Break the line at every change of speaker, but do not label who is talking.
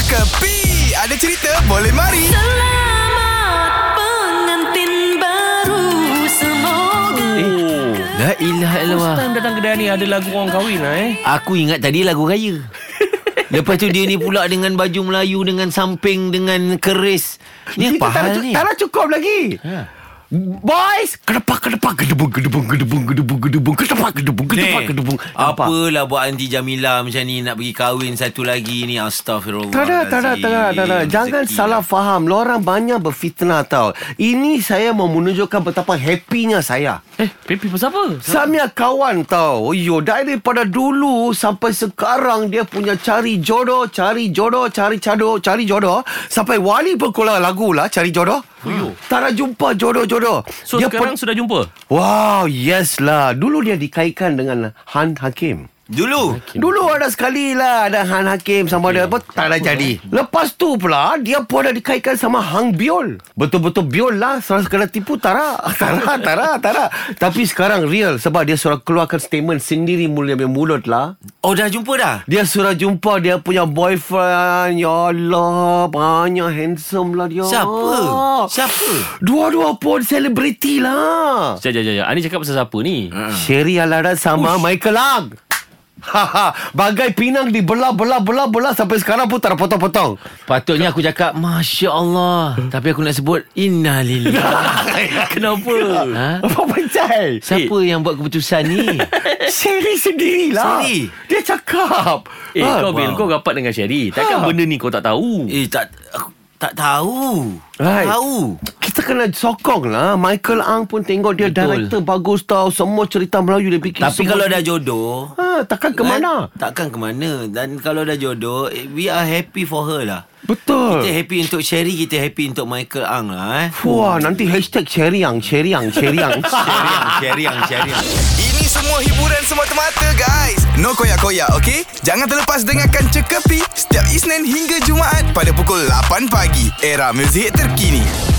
Kepi Ada cerita boleh mari
Selamat pengantin baru semoga.
La ilaha illallah.
First time datang kedai ni Ada lagu orang kahwin lah eh
Aku ingat tadi lagu raya. Lepas tu dia ni pula dengan baju Melayu dengan samping dengan keris. Ni apa
Kita tak,
hal
ada, cu-
ni?
tak ada cukup lagi ha. Boys Kedepak kedepak Gedebung gedebung gedebung gedebung gedebung Kedepak gedebung
Ni,
kedepak gedebung
Apalah buat Aunty Jamila macam ni nak pergi kahwin satu lagi ni astagfirullah.
Tak ada, tak ada, tak ada, tak ada. Jangan salah faham. Lorang banyak berfitnah tau. Ini saya mau menunjukkan betapa happy-nya saya.
Eh Pepi pasal apa
Samia kawan tau. Yo, daripada dulu sampai sekarang dia punya cari jodoh, cari jodoh, cari jodoh, cari jodoh. Sampai wali perkola lagu lah cari jodoh. Hmm. Tak nak jumpa jodoh-jodoh.
So dia sekarang sudah jumpa
Wow, yes lah. Dulu dia dikaitkan dengan Han Hakim.
Dulu
Dulu ada sekali lah ada Han Hakim sama ada apa tak ada jadi. Lepas tu pula dia pun ada dikaitkan sama Hang Biol. Betul-betul Biol lah seorang sekadar tipu tara tara tara tara. Tapi sekarang real sebab dia suruh keluarkan statement sendiri mulut dari mulut lah.
Oh dah jumpa dah
Dia suruh jumpa dia punya boyfriend. Ya Allah, banyak handsome lah dia.
Siapa?
Oh.
Siapa?
Dua-dua pun selebriti lah.
Sekejap, sekejap, sekejap Ani cakap pasal siapa ni
Sherry Alarat sama Ush. Michael Lang. Haha, bagai pinang dibelah belah belah belah sampai sekarang pun tak ada potong-potong.
Patutnya aku cakap Masya Allah Tapi aku nak sebut Innalillah
Kenapa
ha? Eh.
Apa Eh, pencai?
Siapa yang buat keputusan ni
Sherry sendirilah.
Sherry?
lah. Dia cakap.
Eh
Ah,
kau Bil Kau rapat dengan Sherry Takkan
Ha.
benda ni kau tak tahu
Eh tak aku, Tak tahu
Right.
Tahu
Kita kena sokong lah. Michael Ang pun tengok dia Betul. director bagus tau. Semua cerita Melayu dia bikin.
Tapi
semua.
kalau dah jodoh
Ha, takkan
Eh?
ke mana?
kan, Takkan ke mana Dan kalau dah jodoh eh, We are happy for her lah
Betul.
Kita happy untuk Sherry Kita happy untuk Michael Ang lah eh
Wah, nanti hashtag Sherry Ang, Sherry Ang, Sherry Ang.
Sherry Ang Sherry Ang Sherry Ang
Ini semua hiburan semata-mata guys No koyak-koyak ok Jangan terlepas dengarkan Cekapi Setiap Isnin hingga Jumaat Pada pukul 8 pagi Era muzik terkini